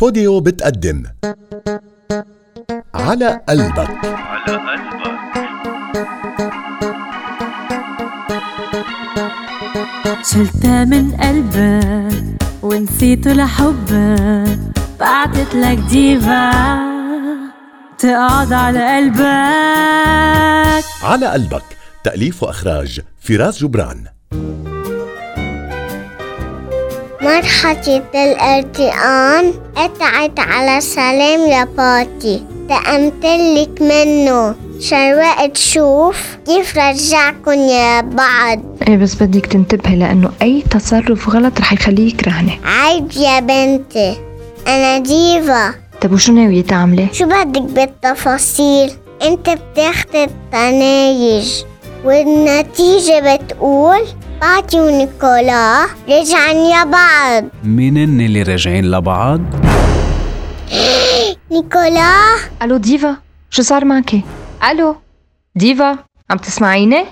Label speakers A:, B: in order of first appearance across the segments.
A: بوديو بتقدم على قلبك
B: على قلبك
C: شلته من قلبك ونسيته لحبك بعتت لك ديفا تقعد على قلبك
A: على قلبك تأليف وإخراج فراس جبران
D: مرحلة الارتقان قطعت على سلام لباتي تأمتلك منه شروقت شوف كيف رجعكن يا بعض
E: ايه بس بدك تنتبهي لانه اي تصرف غلط رح يخليك رهنه
D: عيب يا بنتي أنا ديفا
E: طب وشو ناويه تعملي
D: شو بدك بالتفاصيل انت بتاخد التنايج والنتيجة بتقول باتي ونيكولا رجعن يا بعض
F: منن اللي راجعين لبعض
D: نيكولا
E: الو ديفا شو صار معك الو ديفا عم تسمعيني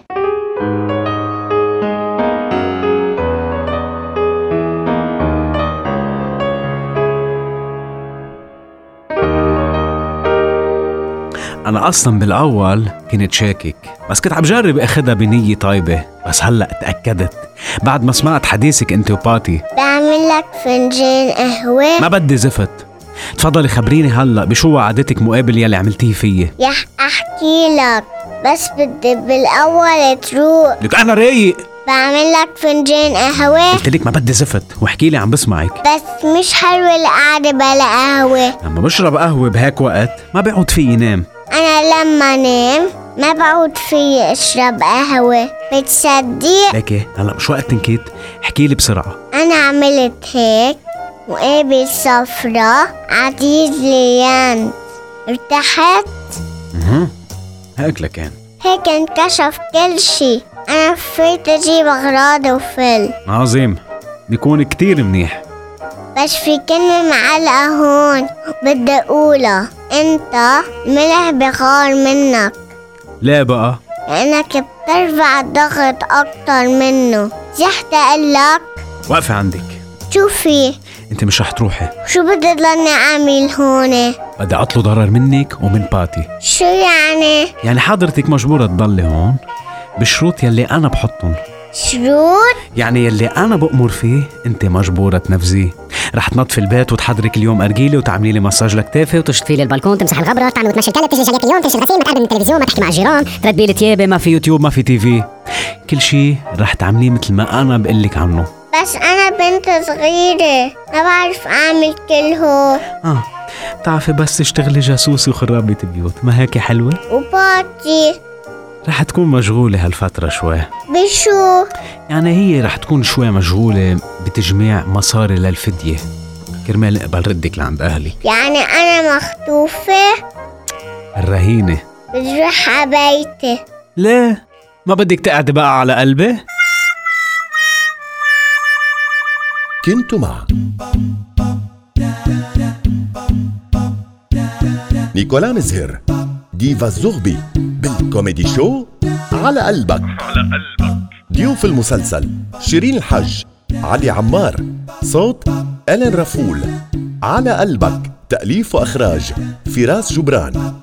F: انا اصلا بالاول كنت شاكك بس كنت عم جرب اخدها بنيه طيبه بس هلا اتاكدت بعد ما سمعت حديثك انت وباتي
D: بعمل لك فنجان قهوة
F: ما بدي زفت تفضلي خبريني هلا بشو وعدتك مقابل يلي عملتيه فيي
D: يح أحكي لك بس بدي بالأول تروق
F: لك انا رايق
D: بعمل لك فنجان قهوة
F: قلت لك ما بدي زفت واحكي لي عم بسمعك
D: بس مش حلوة القعدة بلا قهوة
F: لما بشرب قهوه بهيك وقت ما بقعد فيي نام
D: أنا لما نام ما بعود في أشرب قهوة بتصدق
F: لكي هلا مش وقت تنكيت احكي لي بسرعه
D: أنا عملت هيك وقابل صفرة عزيز ليان ارتحت
F: اها هيك لكان
D: هيك انكشف كل شي أنا فيت أجيب أغراضي وفل
F: عظيم بيكون كتير منيح
D: بس في كلمة معلقة هون بدي أقولها أنت ملح بغار منك
F: لا بقى
D: لأنك بترفع الضغط أكتر منه زحت أقلك
F: وقفي عندك
D: شوفي
F: انت مش رح تروحي
D: شو بدي ضلني أعمل هون
F: بدي عطله ضرر منك ومن باتي
D: شو يعني
F: يعني حضرتك مجبورة تضلي هون بشروط يلي انا بحطهم
D: شروط
F: يعني يلي انا بأمر فيه انت مجبورة تنفذيه رح تنظفي البيت وتحضرك اليوم ارجيلي وتعملي لي مساج لكتافي وتشت
G: تطفي لي البلكون تمسح الغبره تعمل وتمشي الكلب تجلس عليك اليوم تمشي الغسيل ما تقرب من التلفزيون ما تحكي مع الجيران
F: تبيلي تيابي إيه، ما في يوتيوب ما في تي في كل شي رح تعمليه مثل ما انا بقلك عنه
D: بس أنا بنت صغيرة ما بعرف أعمل كل هو
F: اه بتعرفي بس تشتغلي جاسوسي وخرابة بيوت ما هيك حلوة
D: وباتي
F: رح تكون مشغولة هالفترة شوي
D: بشو
F: يعني هي رح تكون شوي مشغولة بتجميع مصاري للفدية كرمال اقبل ردك لعند أهلي
D: يعني أنا مخطوفة
F: الرهينة
D: بدي أروح عبيتي
F: ليه؟ ما بدك تقعدي بقى على قلبي؟
A: كنت مع نيكولا مزهر ديفا الزغبي بالكوميدي شو على قلبك
B: على قلبك
A: ضيوف المسلسل شيرين الحج علي عمار صوت ألين رفول على قلبك تأليف وإخراج فراس جبران